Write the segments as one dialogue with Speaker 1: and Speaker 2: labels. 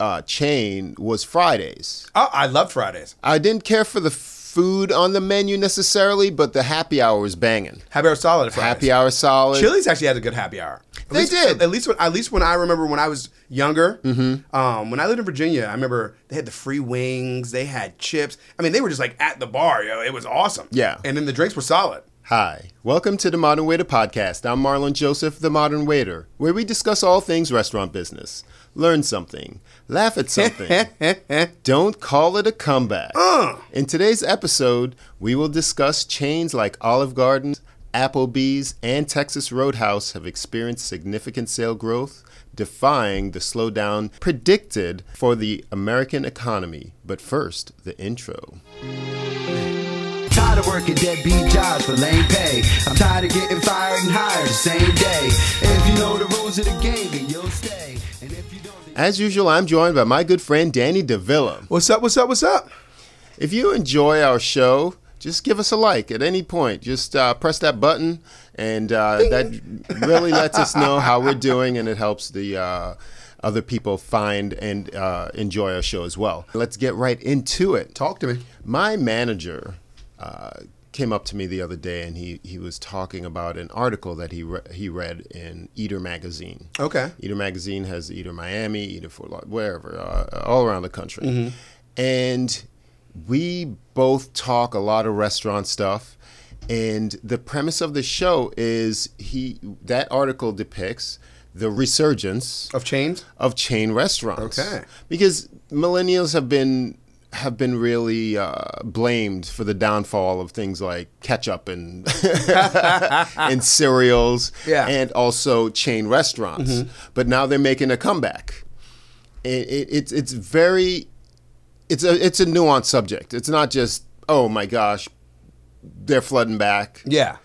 Speaker 1: uh, chain was Fridays.
Speaker 2: Oh, I love Fridays.
Speaker 1: I didn't care for the food on the menu necessarily, but the happy hour was banging.
Speaker 2: Happy hour solid. at Fridays.
Speaker 1: Happy hour solid.
Speaker 2: Chili's actually had a good happy hour. At
Speaker 1: They
Speaker 2: least-
Speaker 1: did.
Speaker 2: At least when at least when I remember when I was younger. Mm-hmm. Um, when I lived in Virginia, I remember they had the free wings. They had chips. I mean, they were just like at the bar. Yo, it was awesome.
Speaker 1: Yeah.
Speaker 2: And then the drinks were solid.
Speaker 1: Hi, welcome to the Modern Waiter Podcast. I'm Marlon Joseph, the Modern Waiter, where we discuss all things restaurant business. Learn something, laugh at something. Don't call it a comeback. In today's episode, we will discuss chains like Olive Garden, Applebee's, and Texas Roadhouse have experienced significant sale growth, defying the slowdown predicted for the American economy. But first, the intro.
Speaker 3: Tired of working deadbeat jobs for lame pay. I'm tired of getting fired and hired the same day. If you know the rules of the game, then you'll stay. And if you don't, then
Speaker 1: As usual, I'm joined by my good friend Danny DeVilla.
Speaker 2: What's up? What's up? What's up?
Speaker 1: If you enjoy our show, just give us a like at any point. Just uh, press that button, and uh, that really lets us know how we're doing, and it helps the uh, other people find and uh, enjoy our show as well. Let's get right into it. Talk to me. My manager uh, came up to me the other day, and he, he was talking about an article that he re- he read in Eater magazine.
Speaker 2: Okay.
Speaker 1: Eater magazine has Eater Miami, Eater Fort Lauderdale, wherever, uh, all around the country. And we both talk a lot of restaurant stuff. And the premise of the show is he that article depicts the resurgence
Speaker 2: Of chains.
Speaker 1: of chain restaurants.
Speaker 2: Okay.
Speaker 1: Because millennials have been have been really uh, blamed for the downfall of things like ketchup and and cereals
Speaker 2: Yeah. Mm-hmm.
Speaker 1: and also chain restaurants. But now they're making a comeback. It, it, it's it's very it's a it's a nuanced subject. It's not just oh my gosh, they're flooding back
Speaker 2: Yeah.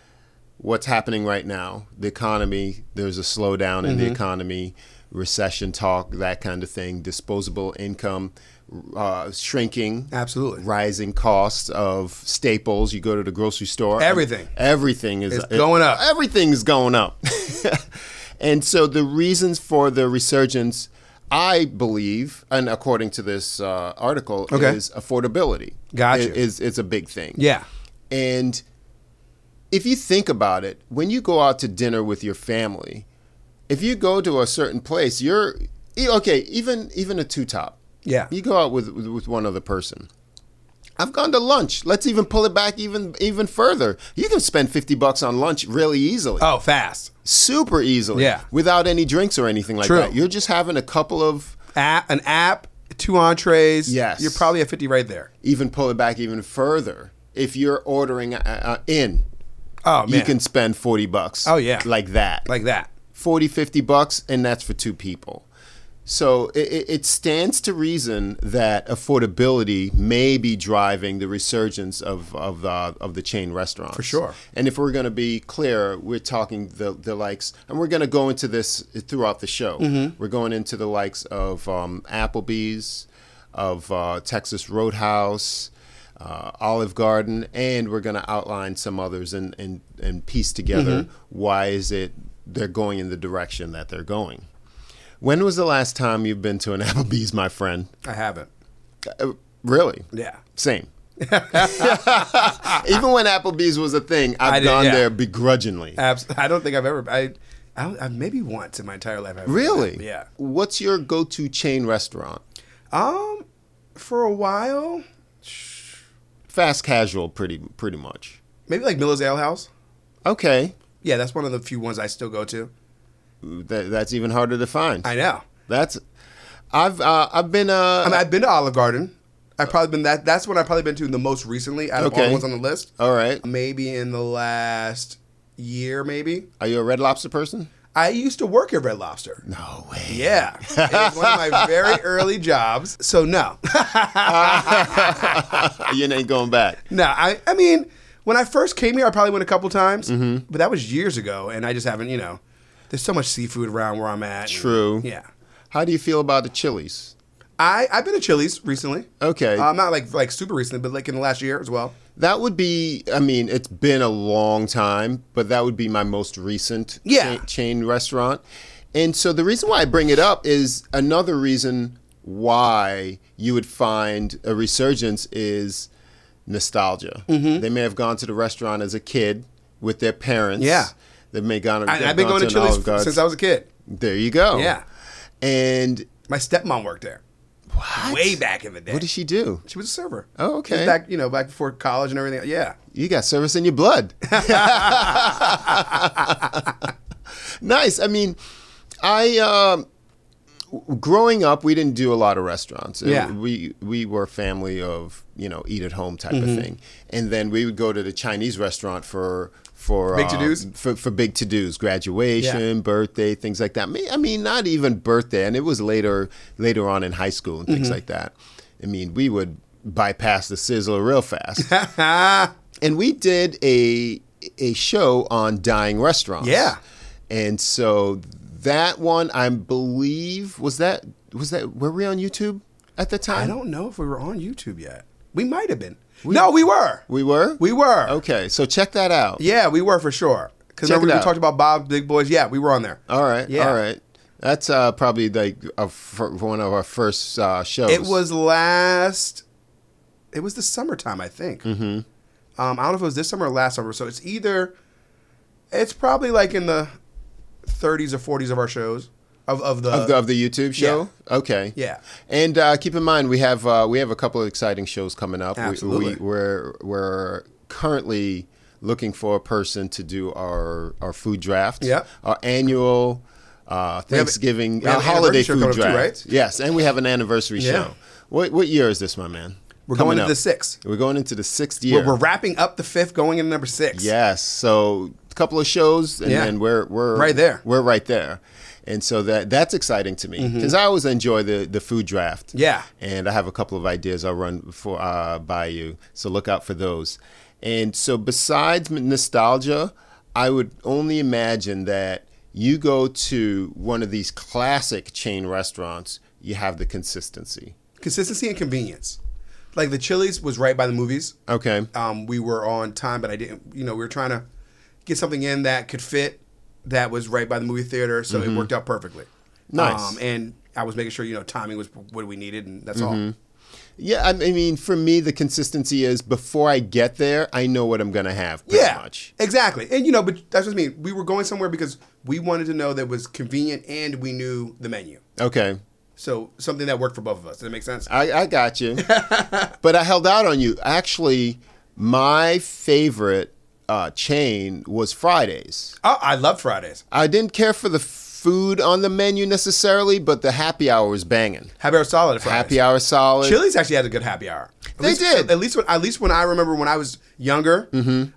Speaker 1: what's happening right now the economy there's a slowdown in
Speaker 2: Mm-hmm.
Speaker 1: the economy recession talk that kind of thing disposable income uh, shrinking
Speaker 2: Absolutely.
Speaker 1: rising costs of staples you go to the grocery store
Speaker 2: Everything.
Speaker 1: everything is
Speaker 2: It's going up.
Speaker 1: everything's going up and so the reasons for the resurgence I believe, and according to this uh, article,
Speaker 2: Okay.
Speaker 1: is affordability.
Speaker 2: Gotcha.
Speaker 1: It- Is it's a big thing.
Speaker 2: Yeah.
Speaker 1: And if you think about it, when you go out to dinner with your family, if you go to a certain place, you're e- okay. Even even a two top.
Speaker 2: Yeah.
Speaker 1: You go out with with with one other person. I've gone to lunch. Let's even pull it back even even further. You can spend fifty bucks on lunch really easily,
Speaker 2: Oh, fast.
Speaker 1: super easily,
Speaker 2: Yeah.
Speaker 1: without any drinks or anything like
Speaker 2: True.
Speaker 1: that. You're just having a couple of
Speaker 2: App, an app, two entrees.
Speaker 1: Yes.
Speaker 2: You're probably at fifty right there.
Speaker 1: even pull it back even further. If you're ordering uh, uh, in,
Speaker 2: Oh man.
Speaker 1: you can spend 40 bucks.
Speaker 2: Oh, yeah.
Speaker 1: Like that.
Speaker 2: like that.
Speaker 1: 40, 50 bucks, and that's for two people. So it- it, it stands to reason that affordability may be driving the resurgence of of, uh, of the chain restaurants. For
Speaker 2: sure.
Speaker 1: And if we're going to be clear, we're talking the, the likes, and we're going to go into this throughout the show. We're going into the likes of um, Applebee's, of uh, Texas Roadhouse, uh, Olive Garden, and we're going to outline some others and, and, and piece together why is it they're going in the direction that they're going. When was the last time you've been to an Applebee's, my friend?
Speaker 2: I haven't.
Speaker 1: Uh, really?
Speaker 2: Yeah.
Speaker 1: Same. Even when Applebee's was a thing, I've
Speaker 2: I did-
Speaker 1: gone
Speaker 2: yeah. Uh,
Speaker 1: there begrudgingly.
Speaker 2: Abs- I don't think I've ever. I I, I maybe once in my entire life. I've
Speaker 1: Really?
Speaker 2: Yeah.
Speaker 1: What's your go-to chain restaurant?
Speaker 2: Um, for a while,
Speaker 1: Fast casual, pretty pretty much.
Speaker 2: maybe like Miller's Ale House.
Speaker 1: Okay,
Speaker 2: Yeah, that's one of the few ones I still go to.
Speaker 1: Th- that's even harder to find.
Speaker 2: I know.
Speaker 1: That's I've uh, I've been uh
Speaker 2: I mean, I've been to Olive Garden. I've probably been that. That's one I've probably been to the most recently out of all
Speaker 1: Okay.
Speaker 2: the ones on the list.
Speaker 1: all right.
Speaker 2: Maybe in the last year, maybe.
Speaker 1: Are you a Red Lobster person?
Speaker 2: I used to work at Red Lobster.
Speaker 1: No way.
Speaker 2: Yeah. It was one of my very early jobs. So, no.
Speaker 1: you ain't going back.
Speaker 2: no, I, I mean, when I first came here, I probably went a couple times,
Speaker 1: Mm-hmm.
Speaker 2: but that was years ago, and I just haven't, you know, there's so much seafood around where I'm at.
Speaker 1: True.
Speaker 2: Yeah.
Speaker 1: How do you feel about the Chili's?
Speaker 2: I, I've been to Chili's recently.
Speaker 1: Okay.
Speaker 2: Uh, not like like super recently, but like in the last year as well.
Speaker 1: That would be, I mean, it's been a long time, but that would be my most recent
Speaker 2: Yeah.
Speaker 1: cha- chain restaurant. And so the reason why I bring it up is another reason why you would find a resurgence is nostalgia.
Speaker 2: Mm-hmm.
Speaker 1: They may have gone to the restaurant as a kid with their parents.
Speaker 2: Yeah.
Speaker 1: They may have gone,
Speaker 2: I,
Speaker 1: they've
Speaker 2: I've been
Speaker 1: gone
Speaker 2: going to
Speaker 1: an
Speaker 2: Chili's
Speaker 1: Olive Garden.
Speaker 2: since I was a kid.
Speaker 1: There you go.
Speaker 2: Yeah.
Speaker 1: And
Speaker 2: My stepmom worked there. What? Way back in the day.
Speaker 1: what did she do?
Speaker 2: She was a server.
Speaker 1: Oh, okay.
Speaker 2: It was Back, you know, back before college and everything. Yeah.
Speaker 1: You got service in your blood. nice. I mean, I um, w- growing up, we didn't do a lot of restaurants. Uh,
Speaker 2: Yeah.
Speaker 1: we we were a family of you know eat at home type of thing, and then we would go to the Chinese restaurant for for
Speaker 2: Big
Speaker 1: um,
Speaker 2: to-dos?
Speaker 1: for, for big to dos, graduation, birthday, things like that. May- I mean, not even birthday, and it was later later on in high school and things like that. I mean, we would bypass the sizzler real fast and we did a a show on dying restaurants.
Speaker 2: Yeah.
Speaker 1: and so that one, I believe, was that was that were we on YouTube at the time?
Speaker 2: I don't know if we were on YouTube yet. We might have been. no, we were.
Speaker 1: We were.
Speaker 2: We were.
Speaker 1: Okay, so check that out.
Speaker 2: Yeah, we were for sure. Because
Speaker 1: Check
Speaker 2: remember
Speaker 1: it
Speaker 2: we
Speaker 1: out.
Speaker 2: talked about Bob Big Boys? Yeah, we were on there.
Speaker 1: All right.
Speaker 2: Yeah.
Speaker 1: All right. That's uh, probably like a, for one of our first uh, shows.
Speaker 2: It was last. It was the summertime, I think. Mm-hmm. Um, I don't know if it was this summer or last summer. So it's either. It's probably like in the 30s or 40s of our shows of of the.
Speaker 1: of the, of the YouTube show. Okay.
Speaker 2: Yeah.
Speaker 1: And uh, keep in mind, we have uh, we have a couple of exciting shows coming up. We-
Speaker 2: Absolutely.
Speaker 1: We, we're we're currently looking for a person to do our our food draft.
Speaker 2: Yep.
Speaker 1: Our annual. Uh,
Speaker 2: have a-
Speaker 1: Thanksgiving
Speaker 2: we have
Speaker 1: uh,
Speaker 2: an
Speaker 1: holiday
Speaker 2: anniversary show
Speaker 1: food
Speaker 2: coming
Speaker 1: draft,
Speaker 2: up too, right?
Speaker 1: Yes, and we have an anniversary
Speaker 2: Yeah.
Speaker 1: show. What what year is this, my man?
Speaker 2: We're
Speaker 1: Coming
Speaker 2: going into
Speaker 1: up.
Speaker 2: the sixth.
Speaker 1: We're going into the sixth
Speaker 2: We're-
Speaker 1: year.
Speaker 2: We're wrapping up the fifth, going into number six.
Speaker 1: Yes. So a couple of shows, and
Speaker 2: Yeah.
Speaker 1: then we're we're
Speaker 2: Right there. Mm-hmm.
Speaker 1: We're right there, and so that that's exciting to me because I always enjoy the the food draft.
Speaker 2: Yeah.
Speaker 1: And I have a couple of ideas I'll run for uh, by you, so look out for those. And so besides m- nostalgia, I would only imagine that you go to one of these classic chain restaurants, you have the consistency.
Speaker 2: Consistency and convenience. Like the Chili's was right by the movies.
Speaker 1: Okay.
Speaker 2: um, we were on time, but I didn't. You know, we were trying to get something in that could fit. That was right by the movie theater, so it worked out perfectly.
Speaker 1: Mm-hmm.
Speaker 2: Um,
Speaker 1: Nice.
Speaker 2: and I was making sure you know timing was what we needed, and that's
Speaker 1: Mm-hmm.
Speaker 2: all.
Speaker 1: Yeah, I I mean, for me, the consistency is before I get there, I know what I'm gonna have. Pretty
Speaker 2: yeah,
Speaker 1: much.
Speaker 2: exactly. And you know, but that's what I mean. We were going somewhere because we wanted to know that was convenient and we knew the menu.
Speaker 1: Okay,
Speaker 2: So something that worked for both of us. Does that make sense?
Speaker 1: I, I got you, but I held out on you. Actually, my favorite uh, chain was Fridays.
Speaker 2: oh, I love Fridays.
Speaker 1: I didn't care for the food on the menu necessarily, but the happy hour was banging.
Speaker 2: Happy hour solid. Fridays.
Speaker 1: Happy hour solid.
Speaker 2: Chili's actually had a good happy hour. At
Speaker 1: They
Speaker 2: least-
Speaker 1: did. Mm-hmm.
Speaker 2: At least when at least when I remember when I was younger.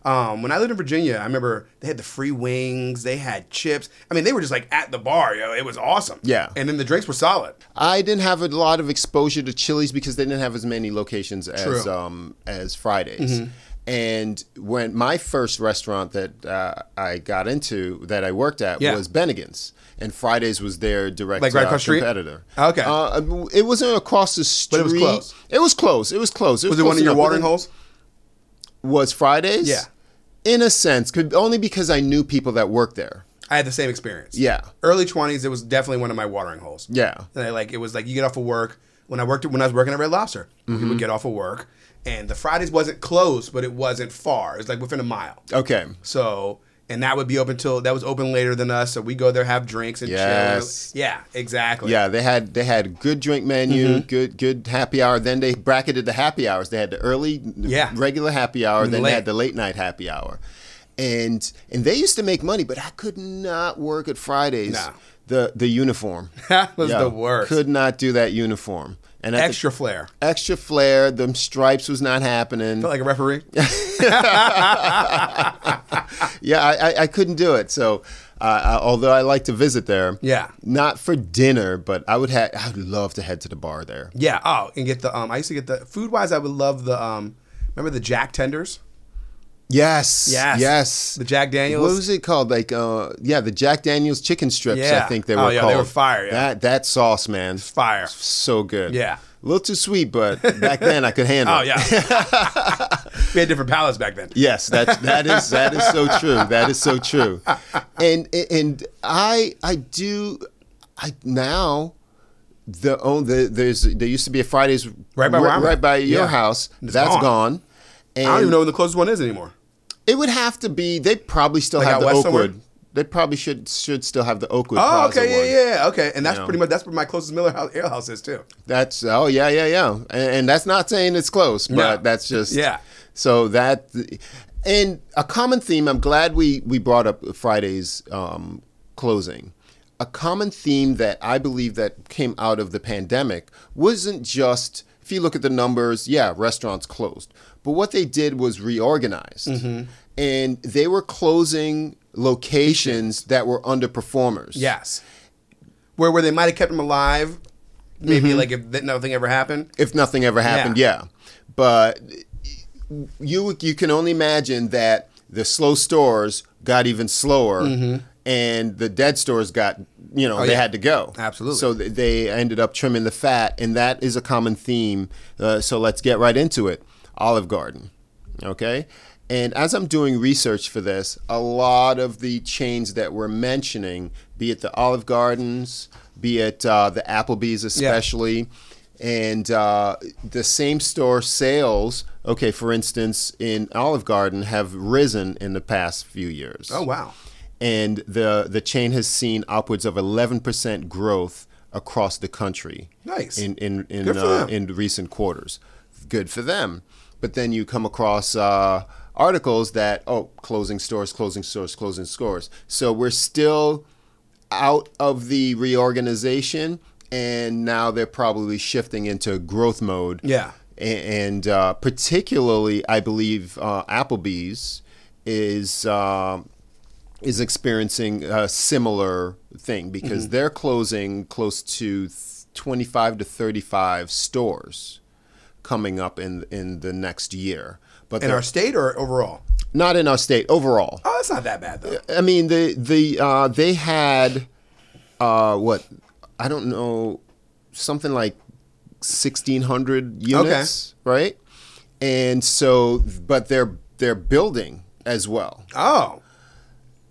Speaker 2: Um, when I lived in Virginia, I remember they had the free wings. They had chips. I mean, they were just like at the bar. Yo, it was awesome.
Speaker 1: Yeah.
Speaker 2: And then the drinks were solid.
Speaker 1: I didn't have a lot of exposure to Chili's because they didn't have as many locations as
Speaker 2: True. Mm-hmm.
Speaker 1: um, as Fridays. And when my first restaurant that uh, I got into that I worked at
Speaker 2: Yeah.
Speaker 1: was Bennigan's, and Fridays was their direct
Speaker 2: Like right
Speaker 1: uh,
Speaker 2: across the street?
Speaker 1: competitor.
Speaker 2: Okay.
Speaker 1: uh, it wasn't across the street.
Speaker 2: it was close.
Speaker 1: It was close. It was close.
Speaker 2: Was it one
Speaker 1: close
Speaker 2: of your
Speaker 1: enough, but
Speaker 2: watering
Speaker 1: then-
Speaker 2: holes?
Speaker 1: Was Fridays?
Speaker 2: Yeah.
Speaker 1: in a sense, could, only because I knew people that worked there.
Speaker 2: I had the same experience.
Speaker 1: Yeah.
Speaker 2: Early twenties, it was definitely one of my watering holes.
Speaker 1: Yeah.
Speaker 2: And I, like it was like you get off of work. When I worked when I was working at Red Lobster, we
Speaker 1: Mm-hmm.
Speaker 2: would get off of work, and the Fridays wasn't close, but it wasn't far. It was like within a mile.
Speaker 1: Okay,
Speaker 2: So and that would be open till that was open later than us. So we go there, have drinks, and
Speaker 1: Yes.
Speaker 2: chill. Yeah, exactly. Mm-hmm.
Speaker 1: Yeah, they had they had good drink menu, good good happy hour. Then they bracketed the happy hours. They had the early
Speaker 2: Yeah.
Speaker 1: regular happy hour,
Speaker 2: And the
Speaker 1: then
Speaker 2: late.
Speaker 1: they had the late night happy hour. And and they used to make money, but I could not work at Fridays.
Speaker 2: Nah.
Speaker 1: The the uniform.
Speaker 2: That was
Speaker 1: Yeah,
Speaker 2: the worst.
Speaker 1: Could not do that uniform. And I think-
Speaker 2: Extra flair.
Speaker 1: extra flair, them stripes was not happening.
Speaker 2: Felt like a referee.
Speaker 1: yeah, I, I, I couldn't do it. So, uh, I, although I like to visit there,
Speaker 2: Yeah.
Speaker 1: not for dinner, but I would have, I would love to head to the bar there.
Speaker 2: yeah. Oh, and get the um. I used to get the food wise. I would love the um. Remember the Jack Tenders?
Speaker 1: Yes,
Speaker 2: Yes.
Speaker 1: yes.
Speaker 2: The Jack Daniels.
Speaker 1: What was it called? Like, uh, yeah, the Jack Daniels chicken strips.
Speaker 2: Yeah.
Speaker 1: I think they
Speaker 2: Oh,
Speaker 1: were
Speaker 2: yeah, they
Speaker 1: called.
Speaker 2: were fire, yeah.
Speaker 1: That that sauce, man,
Speaker 2: Fire.
Speaker 1: so good.
Speaker 2: Yeah.
Speaker 1: a little too sweet, but back then I could handle.
Speaker 2: Oh
Speaker 1: it.
Speaker 2: yeah. we had different palates back then.
Speaker 1: Yes, that that is that is so true. That is so true. And and I I do I now the own the there's there used to be a Fridays
Speaker 2: Right by where I'm at.
Speaker 1: right by your
Speaker 2: Yeah.
Speaker 1: house.
Speaker 2: It's
Speaker 1: That's
Speaker 2: gone.
Speaker 1: gone. And
Speaker 2: I don't even know where the closest one is anymore.
Speaker 1: It would have to be. They probably still
Speaker 2: Like
Speaker 1: have
Speaker 2: out
Speaker 1: the
Speaker 2: west
Speaker 1: Oakwood.
Speaker 2: somewhere?
Speaker 1: They probably should should still have the Oakwood.
Speaker 2: Oh,
Speaker 1: Plaza
Speaker 2: okay,
Speaker 1: one.
Speaker 2: yeah, yeah, okay, and that's
Speaker 1: Yeah.
Speaker 2: pretty much that's where my closest Miller House Ale House is too.
Speaker 1: That's oh yeah yeah yeah, and, and that's not saying it's close, but
Speaker 2: No.
Speaker 1: that's just
Speaker 2: Yeah.
Speaker 1: So that and a common theme. I'm glad we we brought up Friday's um, closing. A common theme that I believe that came out of the pandemic wasn't just if you look at the numbers, yeah, restaurants closed, but what they did was reorganized,
Speaker 2: Mm-hmm.
Speaker 1: and they were closing locations that were underperformers.
Speaker 2: Yes, where where they might have kept them alive, maybe
Speaker 1: Mm-hmm.
Speaker 2: like if th- nothing ever happened.
Speaker 1: if nothing ever happened, yeah. But you you can only imagine that the slow stores got even slower, and the dead stores got you know they
Speaker 2: Mm-hmm. Oh, yeah.
Speaker 1: had to go
Speaker 2: Absolutely.
Speaker 1: So th- they ended up trimming the fat, and that is a common theme. Uh, so let's get right into it. Olive Garden, okay. And as I'm doing research for this, a lot of the chains that we're mentioning, be it the Olive Gardens, be it uh, the Applebee's, especially, and uh, the same store sales, okay, for instance, in Olive Garden have risen in the past few years.
Speaker 2: Oh wow,
Speaker 1: And the the chain has seen upwards of 11% growth across the country.
Speaker 2: Nice.
Speaker 1: In in in
Speaker 2: Good for
Speaker 1: uh,
Speaker 2: them.
Speaker 1: in recent quarters. Good for them. But then you come across uh, articles that oh, closing stores, closing stores, closing stores. So we're still out of the reorganization, and now they're probably shifting into growth mode.
Speaker 2: Yeah.
Speaker 1: A- and uh, particularly, I believe uh, Applebee's is um is experiencing a similar thing because
Speaker 2: Mm-hmm.
Speaker 1: they're closing close to th- 25 to 35 stores coming up in in the next year. But
Speaker 2: in
Speaker 1: they're-
Speaker 2: our state or overall?
Speaker 1: not in our state overall.
Speaker 2: Oh, that's not that bad though.
Speaker 1: I mean the the uh, they had uh, what I don't know something like sixteen hundred units, right? And so, but they're they're building as well.
Speaker 2: Oh,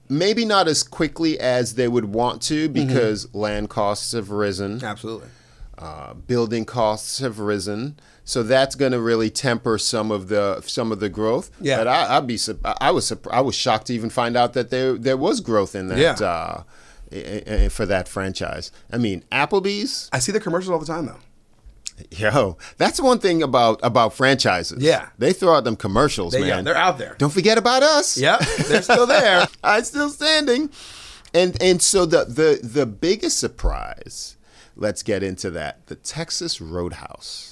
Speaker 1: Maybe not as quickly as they would want
Speaker 2: Mm-hmm.
Speaker 1: to because land costs have risen,
Speaker 2: absolutely.
Speaker 1: uh, building costs have risen. So that's going to really temper some of the some of the growth.
Speaker 2: Yeah.
Speaker 1: but I, I'd be sup- I I was sup- I was shocked to even find out that there there was growth in that
Speaker 2: Yeah.
Speaker 1: uh, i- i- for that franchise. I mean, Applebee's,
Speaker 2: I see the commercials all the time though.
Speaker 1: yo, that's one thing about about franchises.
Speaker 2: Yeah.
Speaker 1: they throw out them commercials,
Speaker 2: They,
Speaker 1: man.
Speaker 2: yeah, they're out there.
Speaker 1: Don't forget about us.
Speaker 2: Yep, they're still there.
Speaker 1: I'm still standing. And and so the the the biggest surprise. Let's get into that. The Texas Roadhouse.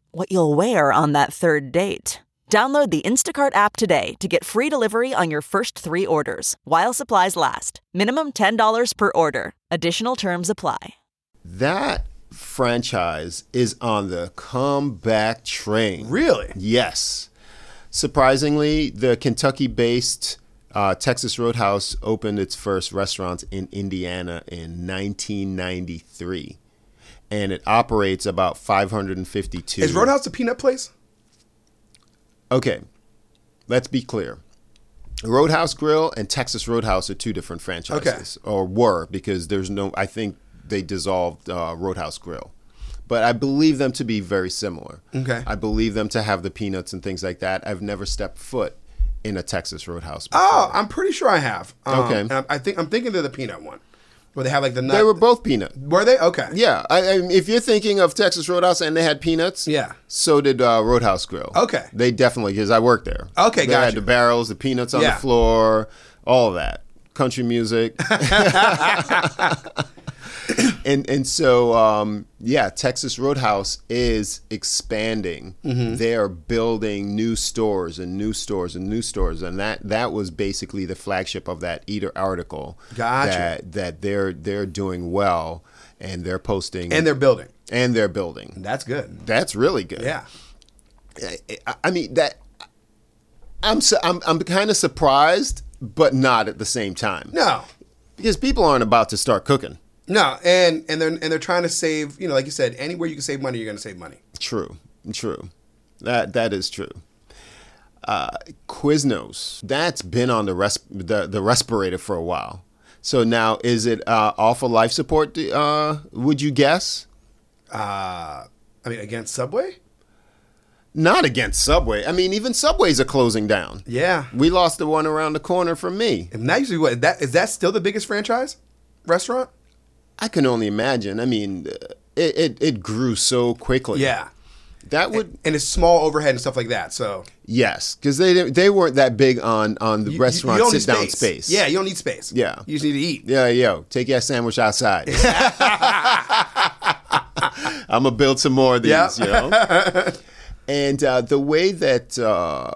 Speaker 4: what you'll wear on that third date. Download the Instacart app today to get free delivery on your first three orders while supplies last. Minimum $10 per order. Additional terms apply.
Speaker 1: That franchise is on the comeback train.
Speaker 2: Really?
Speaker 1: Yes. Surprisingly, the Kentucky based uh, Texas Roadhouse opened its first restaurants in Indiana in 1993. And it operates about 552.
Speaker 2: Is Roadhouse the peanut place?
Speaker 1: Okay, let's be clear. Roadhouse Grill and Texas Roadhouse are two different franchises, or were because there's no. I think they dissolved uh, Roadhouse Grill, but I believe them to be very similar.
Speaker 2: Okay.
Speaker 1: I believe them to have the peanuts and things like that. I've never stepped foot in a Texas Roadhouse. Before.
Speaker 2: Oh, I'm pretty sure I have. Um,
Speaker 1: Okay.
Speaker 2: And I, I think I'm thinking they're the peanut one, where they have like the nut.
Speaker 1: they were both peanut.
Speaker 2: Were they? Okay.
Speaker 1: Yeah, I, I mean, if you're thinking of Texas Roadhouse and they had peanuts,
Speaker 2: Yeah.
Speaker 1: so did uh, Roadhouse Grill.
Speaker 2: Okay.
Speaker 1: they definitely because I worked there.
Speaker 2: Okay,
Speaker 1: they had
Speaker 2: gotcha.
Speaker 1: the barrels, the peanuts on
Speaker 2: Yeah.
Speaker 1: the floor, all of that country music, and and so um, yeah, Texas Roadhouse is expanding.
Speaker 2: Mm-hmm.
Speaker 1: They are building new stores and new stores and new stores, and that that was basically the flagship of that Eater article.
Speaker 2: Gotcha.
Speaker 1: That that they're they're doing well. And they're posting
Speaker 2: And they're building.
Speaker 1: and their building.
Speaker 2: That's good.
Speaker 1: That's really good.
Speaker 2: Yeah.
Speaker 1: I, I mean that. I'm su- I'm I'm kind of surprised, but not at the same time.
Speaker 2: No.
Speaker 1: because people aren't about to start cooking.
Speaker 2: No. And and they're and they're trying to save. You know, like you said, anywhere you can save money, you're going to save money.
Speaker 1: True, true. That that is true. Uh, Quiznos that's been on the res- the the respirator for a while. So now is it uh, off of life support? Uh, would you guess?
Speaker 2: I mean, against Subway.
Speaker 1: Not against Subway. I mean, even Subways are closing down.
Speaker 2: Yeah.
Speaker 1: We lost the one around the corner from me.
Speaker 2: And that usually what that is that still the biggest franchise restaurant?
Speaker 1: I can only imagine. I mean, uh, it, it, it grew so quickly.
Speaker 2: Yeah.
Speaker 1: that would
Speaker 2: And it's small overhead and stuff like that. So
Speaker 1: yes, because they didn't, they weren't that big on on the
Speaker 2: you-
Speaker 1: restaurant
Speaker 2: you don't need
Speaker 1: sit down space.
Speaker 2: Yeah, you don't need space.
Speaker 1: Yeah.
Speaker 2: You just need to eat.
Speaker 1: yeah, yo, take your sandwich outside. I'm gonna build some more of these,
Speaker 2: Yeah.
Speaker 1: you know. And uh, the way that uh,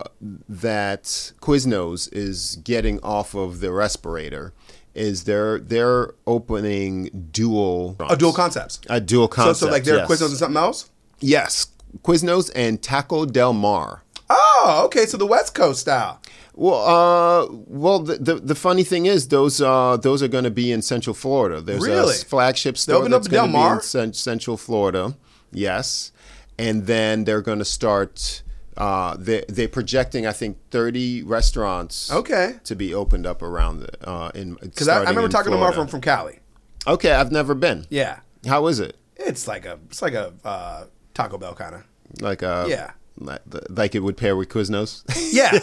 Speaker 1: that Quiznos is getting off of the respirator is they're they're opening dual
Speaker 2: Oh, dual concepts.
Speaker 1: a dual concept.
Speaker 2: so, so like there are
Speaker 1: Uh, yes.
Speaker 2: Quiznos and something else.
Speaker 1: Yes, Quiznos and Taco Del Mar.
Speaker 2: Oh, okay. So the West Coast style.
Speaker 1: Well, uh, well, the, the the funny thing is those uh those are going to be in Central Florida. There's a
Speaker 2: Really?
Speaker 1: s- flagship store
Speaker 2: opened
Speaker 1: that's
Speaker 2: up Del
Speaker 1: going to be
Speaker 2: Mar?
Speaker 1: in cen- Central Florida. Yes, and then they're going to start. Uh, they they're projecting I think thirty restaurants.
Speaker 2: Okay.
Speaker 1: To be opened up around the uh in because
Speaker 2: Because I, I remember talking to Mar from from Cali.
Speaker 1: Okay, I've never been.
Speaker 2: Yeah.
Speaker 1: How is it?
Speaker 2: It's like a it's like a uh, Taco Bell kind of.
Speaker 1: Like uh
Speaker 2: Yeah.
Speaker 1: Like, like it would pair with Quiznos.
Speaker 2: Yeah.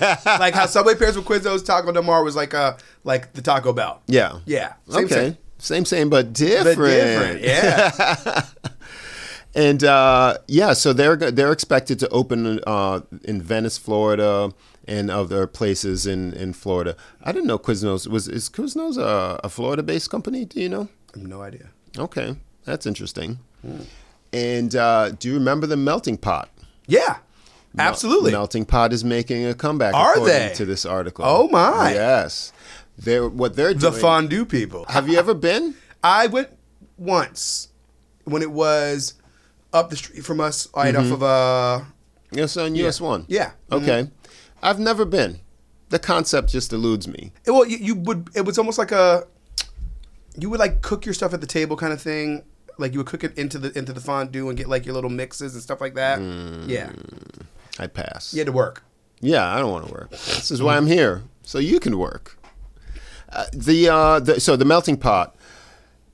Speaker 2: like how Subway pairs with Quiznos, Taco Del Mar was like uh like the Taco Bell.
Speaker 1: Yeah.
Speaker 2: Yeah. Same,
Speaker 1: okay.
Speaker 2: same.
Speaker 1: Same, same, but
Speaker 2: But
Speaker 1: different.
Speaker 2: different. Yeah.
Speaker 1: And uh, yeah, so they're go- they're expected to open uh, in Venice, Florida, and other places in, in Florida. I didn't know Quiznos was is Quiznos a, a Florida based company? Do you know?
Speaker 2: I have no idea.
Speaker 1: Okay, that's interesting.
Speaker 2: Hmm.
Speaker 1: And uh, do you remember the Melting Pot?
Speaker 2: Yeah. Absolutely.
Speaker 1: Melting Pot is making a comeback.
Speaker 2: Are
Speaker 1: according
Speaker 2: they?
Speaker 1: to this article?
Speaker 2: Oh, my.
Speaker 1: Yes, they're what they're
Speaker 2: the
Speaker 1: doing.
Speaker 2: fondue people.
Speaker 1: Have you ever been?
Speaker 2: I went once when it was up the street from us, right off of uh
Speaker 1: It's on US One.
Speaker 2: Yeah. Mm-hmm.
Speaker 1: Okay. I've never been. The concept just eludes me.
Speaker 2: it- well, you, you would it was almost like a you would like cook your stuff at the table kind of thing. Like you would cook it into the into the fondue and get like your little mixes and stuff like that. Yeah,
Speaker 1: I pass.
Speaker 2: you had to work.
Speaker 1: Yeah, I don't want to work. This is why I'm here, so you can work. Uh, the, uh, the so the melting pot,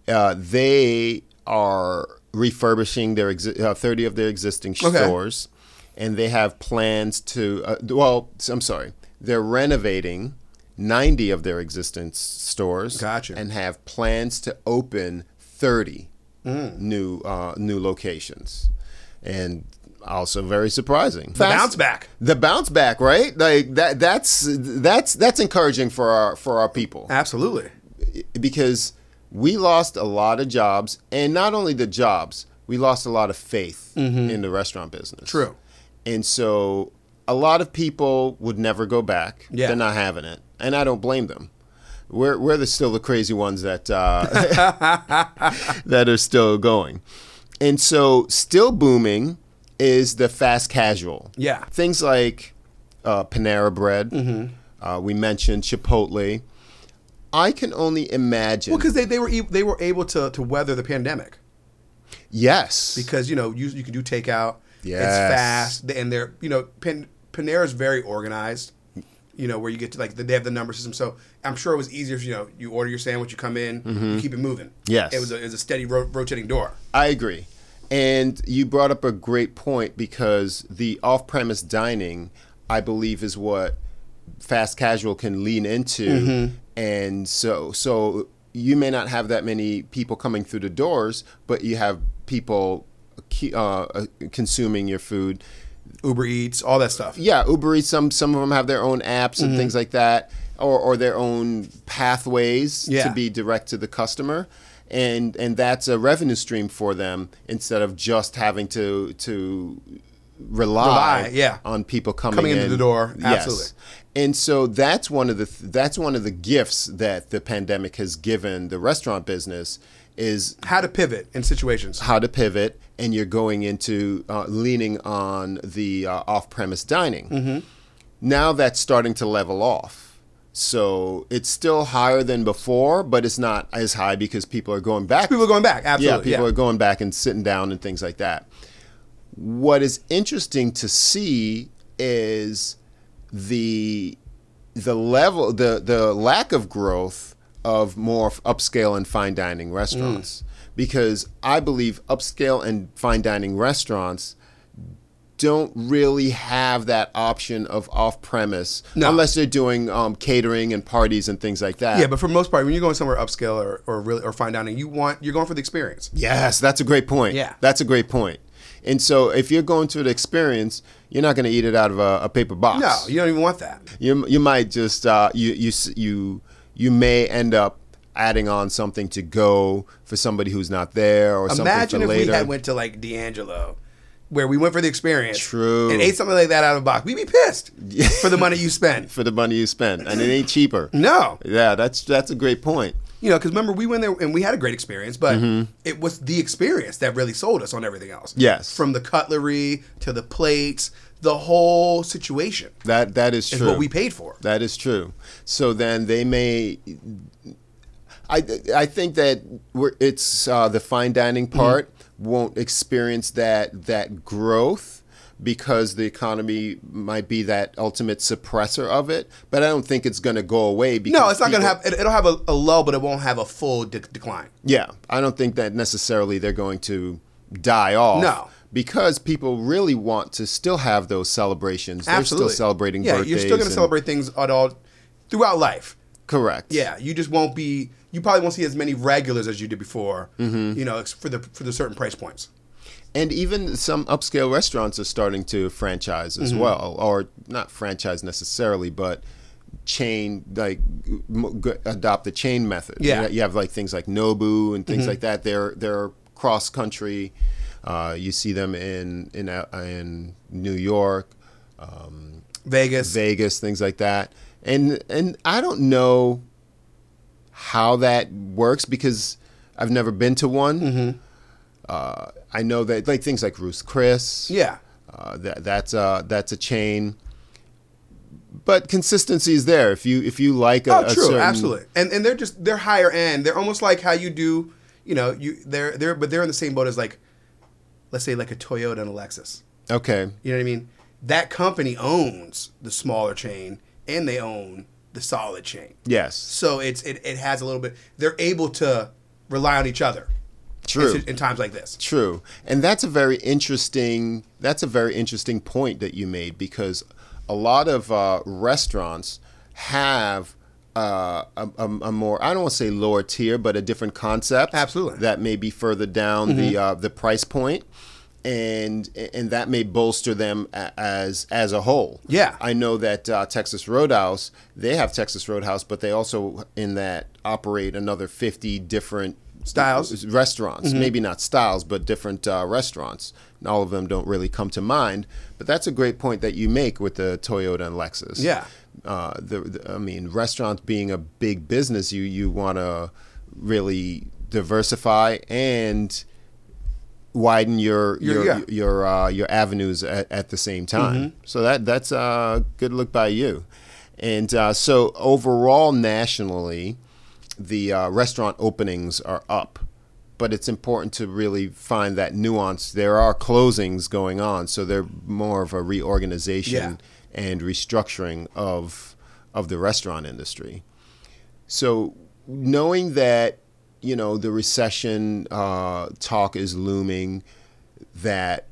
Speaker 1: uh, they are refurbishing their exi- uh, thirty of their existing
Speaker 2: Okay.
Speaker 1: stores, and they have plans to. Uh, well, s- I'm sorry, they're renovating ninety of their existing s- stores.
Speaker 2: Gotcha.
Speaker 1: And have plans to
Speaker 2: Mm.
Speaker 1: open thirty new uh, new locations, and also very surprising.
Speaker 2: The bounce back.
Speaker 1: The bounce back, right? Like that that's that's that's encouraging for our for our people
Speaker 2: Absolutely.
Speaker 1: because we lost a lot of jobs and not only the jobs, we lost a lot of faith in the restaurant business.
Speaker 2: Mm-hmm. True.
Speaker 1: And so a lot of people would never go back.
Speaker 2: Yeah.
Speaker 1: They're not having it. And I don't blame them. We're, we're the, still the crazy ones that uh, that are still going. And so still booming is the fast casual.
Speaker 2: Yeah.
Speaker 1: Things like uh, Panera Bread.
Speaker 2: Mm-hmm.
Speaker 1: Uh, we mentioned Chipotle. I can only imagine.
Speaker 2: Well, because they, they were e- they were able to, to weather the pandemic
Speaker 1: yes.
Speaker 2: because you know you you can do takeout. It's
Speaker 1: Yes.
Speaker 2: fast and they're you know Pan, Panera's very organized. You know where you get to like they have the number system, so I'm sure it was easier. If, you know, you order your sandwich, you come in, you keep it moving.
Speaker 1: Mm-hmm. Yes.
Speaker 2: it was a, it was a steady ro- rotating door.
Speaker 1: I agree. And you brought up a great point because the off premise dining, I believe, is what fast casual can lean into.
Speaker 2: Mm-hmm.
Speaker 1: And so, so you may not have that many people coming through the doors, but you have people ke- uh, uh, consuming your food.
Speaker 2: Uber Eats, all that stuff.
Speaker 1: Yeah, Uber Eats, some, some of them have their own apps
Speaker 2: Mm-hmm.
Speaker 1: and things like that, or, or their own pathways
Speaker 2: Yeah.
Speaker 1: to be direct to the customer and and that's a revenue stream for them instead of just having to to rely,
Speaker 2: Rely, yeah.
Speaker 1: on people coming,
Speaker 2: Coming into
Speaker 1: in.
Speaker 2: the door,
Speaker 1: Yes.
Speaker 2: absolutely.
Speaker 1: And so that's one of the th- that's one of the gifts that the pandemic has given the restaurant business is
Speaker 2: How to pivot in situations.
Speaker 1: how to pivot and you're going into uh, leaning on the uh, off-premise dining
Speaker 2: Mm-hmm.
Speaker 1: now that's starting to level off so it's still higher than before but it's not as high because people are going back
Speaker 2: People are going back. Absolutely.
Speaker 1: yeah people are going back and sitting down and things like that what is interesting to see is the the level the the lack of growth of more upscale and fine dining restaurants
Speaker 2: Mm.
Speaker 1: because i believe upscale and fine dining restaurants don't really have that option of off premise
Speaker 2: No.
Speaker 1: unless they're doing um, catering and parties and things like that
Speaker 2: Yeah, but for the most part, when you're going somewhere upscale or, or really or fine dining, you want you're going for the experience.
Speaker 1: Yes, that's a great point.
Speaker 2: Yeah.
Speaker 1: That's a great point. And so if you're going to the experience, you're not going to eat it out of a, a paper box.
Speaker 2: No, you don't even want that.
Speaker 1: You, you might just, uh, you, you, s- you, you may end up adding on something to go for somebody who's not there or something
Speaker 2: Imagine
Speaker 1: for
Speaker 2: if
Speaker 1: later.
Speaker 2: we had went to like D'Angelo, where we went for the experience,
Speaker 1: True.
Speaker 2: and ate something like that out of a box. We'd be pissed for the money you spend.
Speaker 1: for the money you spend, and it ain't cheaper.
Speaker 2: No,
Speaker 1: Yeah, that's that's a great point.
Speaker 2: you know, because remember we went there and we had a great experience, but
Speaker 1: Mm-hmm.
Speaker 2: it was the experience that really sold us on everything else.
Speaker 1: Yes.
Speaker 2: from the cutlery to the plates, the whole situation
Speaker 1: That that is
Speaker 2: is
Speaker 1: true.
Speaker 2: what we paid for.
Speaker 1: That is true. So then they may. I I think that we're, it's uh, the fine dining
Speaker 2: Mm-hmm.
Speaker 1: part won't experience that that growth because the economy might be that ultimate suppressor of it. But I don't think it's going to go away. Because
Speaker 2: no, it's not going to
Speaker 1: people-
Speaker 2: have. It, it'll have a, a lull, but it won't have a full de- decline.
Speaker 1: yeah, I don't think that necessarily they're going to die off.
Speaker 2: No.
Speaker 1: Because people really want to still have those celebrations. They're
Speaker 2: Absolutely.
Speaker 1: still celebrating
Speaker 2: Yeah,
Speaker 1: birthdays.
Speaker 2: you're still going
Speaker 1: and-
Speaker 2: to celebrate things at all throughout life.
Speaker 1: Correct.
Speaker 2: Yeah, you just won't be. You probably won't see as many regulars as you did before.
Speaker 1: Mm-hmm.
Speaker 2: You know, ex- for the for the certain price points.
Speaker 1: and even some upscale restaurants are starting to franchise as well or not franchise necessarily but chain like m- g- adopt the chain method
Speaker 2: Yeah.
Speaker 1: you, you have like things like nobu and things like that they're they're cross country uh, you see them in in uh, in new york um,
Speaker 2: Vegas.
Speaker 1: Vegas, things like that. And and I don't know how that works because I've never been to one.
Speaker 2: Mm-hmm.
Speaker 1: Uh, I know that like things like Ruth Chris.
Speaker 2: Yeah.
Speaker 1: uh, that that's a that's a chain. But consistency is there if you if you like a,
Speaker 2: oh,
Speaker 1: a
Speaker 2: true,
Speaker 1: certain-
Speaker 2: absolutely. And and they're just they're higher end. They're almost like how you do. You know, you they're they're but they're in the same boat as like, let's say like a Toyota and a Lexus.
Speaker 1: Okay,
Speaker 2: You know what I mean? That company owns the smaller chain and they own the solid chain.
Speaker 1: yes,
Speaker 2: So it's it, it has a little bit. They're able to rely on each other.
Speaker 1: True.
Speaker 2: In, in times like this.
Speaker 1: True, and that's a very interesting that's a very interesting point that you made because a lot of uh, restaurants have uh, a, a, a more I don't want to say lower tier, but a different concept.
Speaker 2: Absolutely. Mm-hmm.
Speaker 1: that may be further down the uh, the price point, and and that may bolster them a- as as a whole.
Speaker 2: Yeah.
Speaker 1: I know that uh, Texas Roadhouse they have Texas Roadhouse, but they also in that operate another fifty different
Speaker 2: Styles. Mm-hmm.
Speaker 1: restaurants. Maybe not styles, but different uh, restaurants. And all of them don't really come to mind. But that's a great point that you make with the Toyota and Lexus.
Speaker 2: Yeah.
Speaker 1: Uh, the, the, I mean, restaurants being a big business, you you want to really diversify and widen your
Speaker 2: Your-
Speaker 1: your
Speaker 2: yeah. Mm-hmm.
Speaker 1: your uh, your avenues at, at the same time. So that that's a good look by you. And uh, so overall, nationally, the uh, restaurant openings are up, but it's important to really find that nuance. There are closings going on, so they're more of a reorganization and restructuring of of the restaurant industry. So knowing that you know the recession uh, talk is looming, that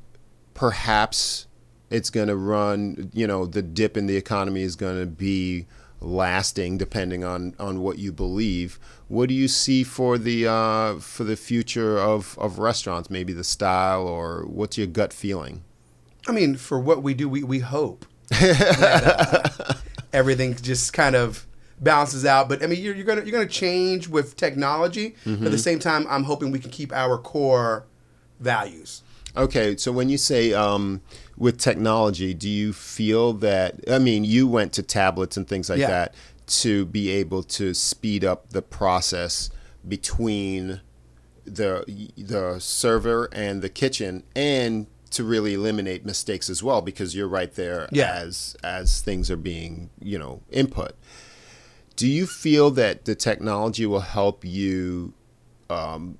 Speaker 1: perhaps it's going to run. You know the dip in the economy is going to be lasting, depending on on what you believe. What do you see for the uh, for the future of of restaurants? Maybe the style, or what's your gut feeling?
Speaker 2: I mean, for what we do, we, we hope that uh, everything just kind of balances out. But I mean, you're, you're gonna you're gonna change with technology. But at the same time, I'm hoping we can keep our core values.
Speaker 1: Okay, so when you say um, with technology, do you feel that? I mean, you went to tablets and things like
Speaker 2: Yeah.
Speaker 1: that to be able to speed up the process between the the server and the kitchen, and to really eliminate mistakes as well, because you're right there
Speaker 2: Yeah.
Speaker 1: as as things are being you know input. Do you feel that the technology will help you um,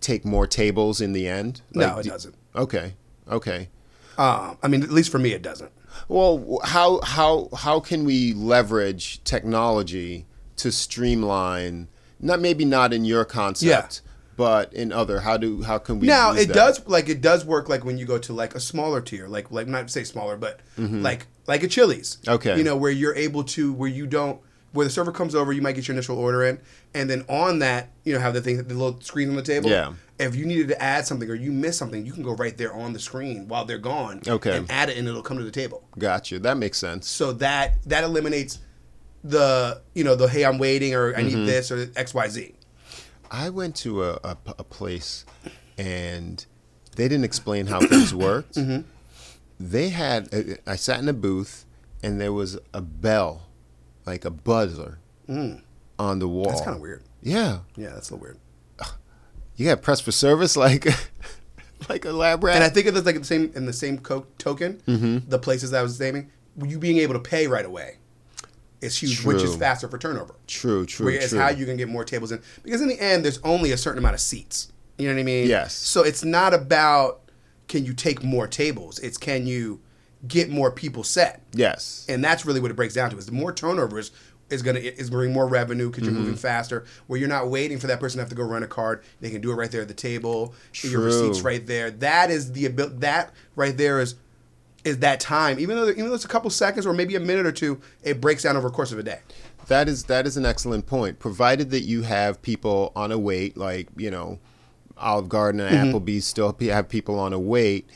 Speaker 1: take more tables in the end?
Speaker 2: No,
Speaker 1: Like,
Speaker 2: it
Speaker 1: do-
Speaker 2: doesn't.
Speaker 1: Okay. Okay.
Speaker 2: Um, I mean, at least for me, it doesn't.
Speaker 1: Well, how how how can we leverage technology to streamline? Not maybe not in your concept, but in other. How do how can we?
Speaker 2: now
Speaker 1: use
Speaker 2: it
Speaker 1: that?
Speaker 2: does like it does work like when you go to like a smaller tier like like not say smaller but like like a Chili's
Speaker 1: Mm-hmm. Okay.
Speaker 2: you know where you're able to where you don't where the server comes over you might get your initial order in and then on that you know have the thing the little screen on the table
Speaker 1: Yeah.
Speaker 2: if you needed to add something or you miss something you can go right there on the screen while they're gone
Speaker 1: Okay.
Speaker 2: and add it and it'll come to the table
Speaker 1: Got you. That makes sense.
Speaker 2: so that that eliminates the you know the hey I'm waiting or I
Speaker 1: Mm-hmm.
Speaker 2: need this or X Y Z
Speaker 1: I went to a a, p- a place, and they didn't explain how things worked.
Speaker 2: Mm-hmm.
Speaker 1: They had. uh, I I sat in a booth, and there was a bell, like a buzzer, on the wall.
Speaker 2: Mm. that's kind of weird
Speaker 1: Yeah.
Speaker 2: yeah that's a little weird.
Speaker 1: You got press for service like like a lab rat.
Speaker 2: And I think it was like the same in the same co- token,
Speaker 1: Mm-hmm.
Speaker 2: the places I was naming, you being able to pay right away is huge, which is
Speaker 1: True.
Speaker 2: faster for turnover.
Speaker 1: true, true,
Speaker 2: Where it's
Speaker 1: true.
Speaker 2: how you can get more tables in because in the end, there's only a certain amount of seats. You know what I mean?
Speaker 1: Yes.
Speaker 2: So it's not about can you take more tables; it's can you get more people set.
Speaker 1: yes.
Speaker 2: And that's really what it breaks down to: is the more turnovers is gonna is bring more revenue because you're
Speaker 1: Mm-hmm.
Speaker 2: moving faster. Where you're not waiting for that person to have to go run a card; they can do it right there at the table. Your receipts
Speaker 1: True.
Speaker 2: right there. That is the ability. That right there is is that time. Even though even though it's a couple seconds or maybe a minute or two, it breaks down over the course of a day.
Speaker 1: That is that is an excellent point. Provided that you have people on a wait, like you know, Olive Garden and
Speaker 2: Mm-hmm.
Speaker 1: Applebee's still pe- have people on a wait.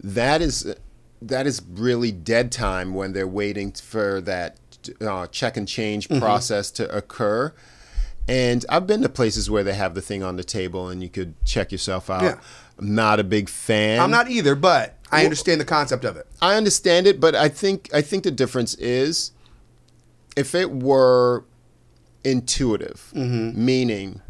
Speaker 1: That is that is really dead time when they're waiting for that uh, check and change
Speaker 2: Mm-hmm.
Speaker 1: process to occur. And I've been to places where they have the thing on the table and you could check yourself out.
Speaker 2: Yeah.
Speaker 1: I'm not a big fan.
Speaker 2: I'm not either, but I understand the concept of it.
Speaker 1: I understand it, but I think I think the difference is if it were intuitive,
Speaker 2: Mm-hmm.
Speaker 1: meaning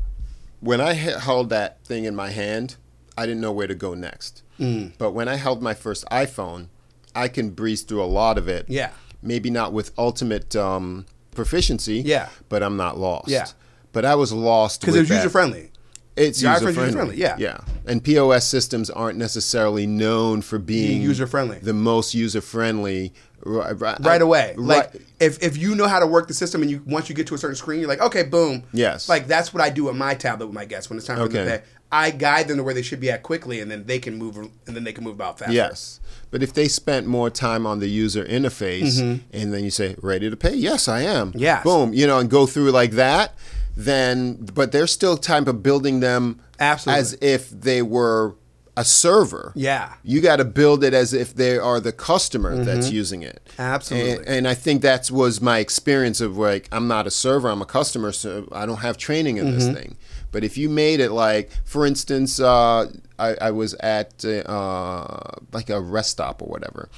Speaker 1: when I he- held that thing in my hand, I didn't know where to go next.
Speaker 2: Mm.
Speaker 1: But when I held my first iPhone, I can breeze through a lot of it.
Speaker 2: Yeah.
Speaker 1: Maybe not with ultimate um, proficiency.
Speaker 2: Yeah.
Speaker 1: But I'm not lost.
Speaker 2: Yeah.
Speaker 1: But I was lost
Speaker 2: Because it
Speaker 1: with
Speaker 2: was
Speaker 1: that.
Speaker 2: user friendly.
Speaker 1: It's
Speaker 2: Your iPhone's
Speaker 1: user friendly.
Speaker 2: user-friendly, yeah.
Speaker 1: yeah. And POS systems aren't necessarily known for being
Speaker 2: user-friendly.
Speaker 1: The most user friendly. Right,
Speaker 2: Right away.
Speaker 1: Right.
Speaker 2: Like if, if you know how to work the system and you once you get to a certain screen, you're like, okay, boom.
Speaker 1: Yes.
Speaker 2: Like that's what I do with my tablet with my guests when it's time for them to
Speaker 1: Okay.
Speaker 2: pay. I guide them to where they should be at quickly and then they can move and then they can move about faster.
Speaker 1: yes. But if they spent more time on the user interface and then you say, ready to pay? Yes, I am.
Speaker 2: Mm-hmm. Yes.
Speaker 1: Boom. You know, and go through like that, then, but there's still time of building them
Speaker 2: Absolutely.
Speaker 1: as if they were a a server.
Speaker 2: Yeah.
Speaker 1: You got to build it as if they are the customer
Speaker 2: Mm-hmm.
Speaker 1: that's using it.
Speaker 2: Absolutely.
Speaker 1: And, and I think that was my experience of like, I'm not a server, I'm a customer, so I don't have training in
Speaker 2: Mm-hmm.
Speaker 1: this thing. But if you made it like, for instance, uh, I, I was at uh, uh, like a rest stop or whatever,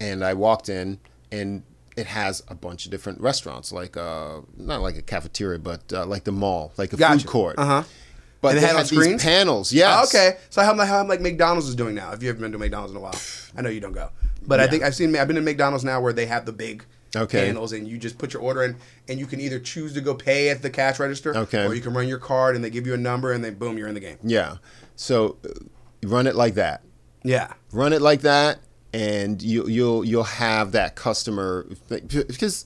Speaker 1: and I walked in and it has a bunch of different restaurants, like uh, not like a cafeteria, but uh, like the mall, like a
Speaker 2: Gotcha.
Speaker 1: food court.
Speaker 2: Uh-huh.
Speaker 1: But
Speaker 2: And it
Speaker 1: they
Speaker 2: had
Speaker 1: had,
Speaker 2: on
Speaker 1: these
Speaker 2: screens?
Speaker 1: panels. Yes.
Speaker 2: Oh, okay. So how like, how like McDonald's is doing now. If you haven't been to McDonald's in a while, I know you don't go, but I think I've seen. I've been to McDonald's now where they have the big
Speaker 1: Okay.
Speaker 2: panels, and you just put your order in, and you can either choose to go pay at the cash register,
Speaker 1: Okay.
Speaker 2: or you can run your card, and they give you a number, and then boom, you're in the game.
Speaker 1: Yeah. So uh, run it like that.
Speaker 2: Yeah.
Speaker 1: Run it like that, and you, you'll you'll have that customer because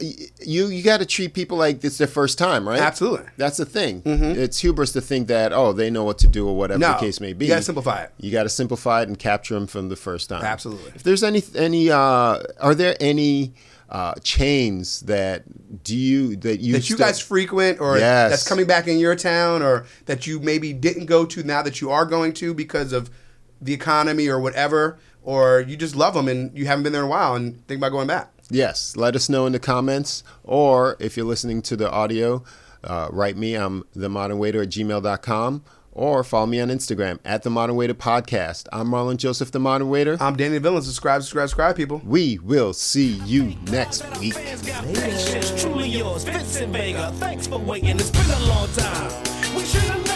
Speaker 1: y- you you got to treat people like it's their first time, right?
Speaker 2: Absolutely. Mm-hmm.
Speaker 1: That's the thing. It's hubris to think that oh they know what to do or whatever
Speaker 2: No.
Speaker 1: the case may be.
Speaker 2: You gotta simplify it.
Speaker 1: You got to simplify it and capture them from the first time.
Speaker 2: Absolutely.
Speaker 1: If there's any any uh, are there any uh, chains that do you that you
Speaker 2: That you
Speaker 1: still-
Speaker 2: guys frequent, or
Speaker 1: Yes.
Speaker 2: that's coming back in your town, or that you maybe didn't go to now that you are going to because of the economy or whatever, or you just love them and you haven't been there in a while and think about going back.
Speaker 1: Yes, let us know in the comments, or if you're listening to the audio, uh, write me. I'm the modern waiter at gmail.com, or follow me on Instagram at the modern waiter podcast. I'm Marlon Joseph, the modern waiter.
Speaker 2: I'm Danny Villain. Subscribe, subscribe, subscribe, people.
Speaker 1: we will see you next week.
Speaker 5: Patience truly yours, Vincent Vega. Thanks for waiting. It's been a long time. We should have known.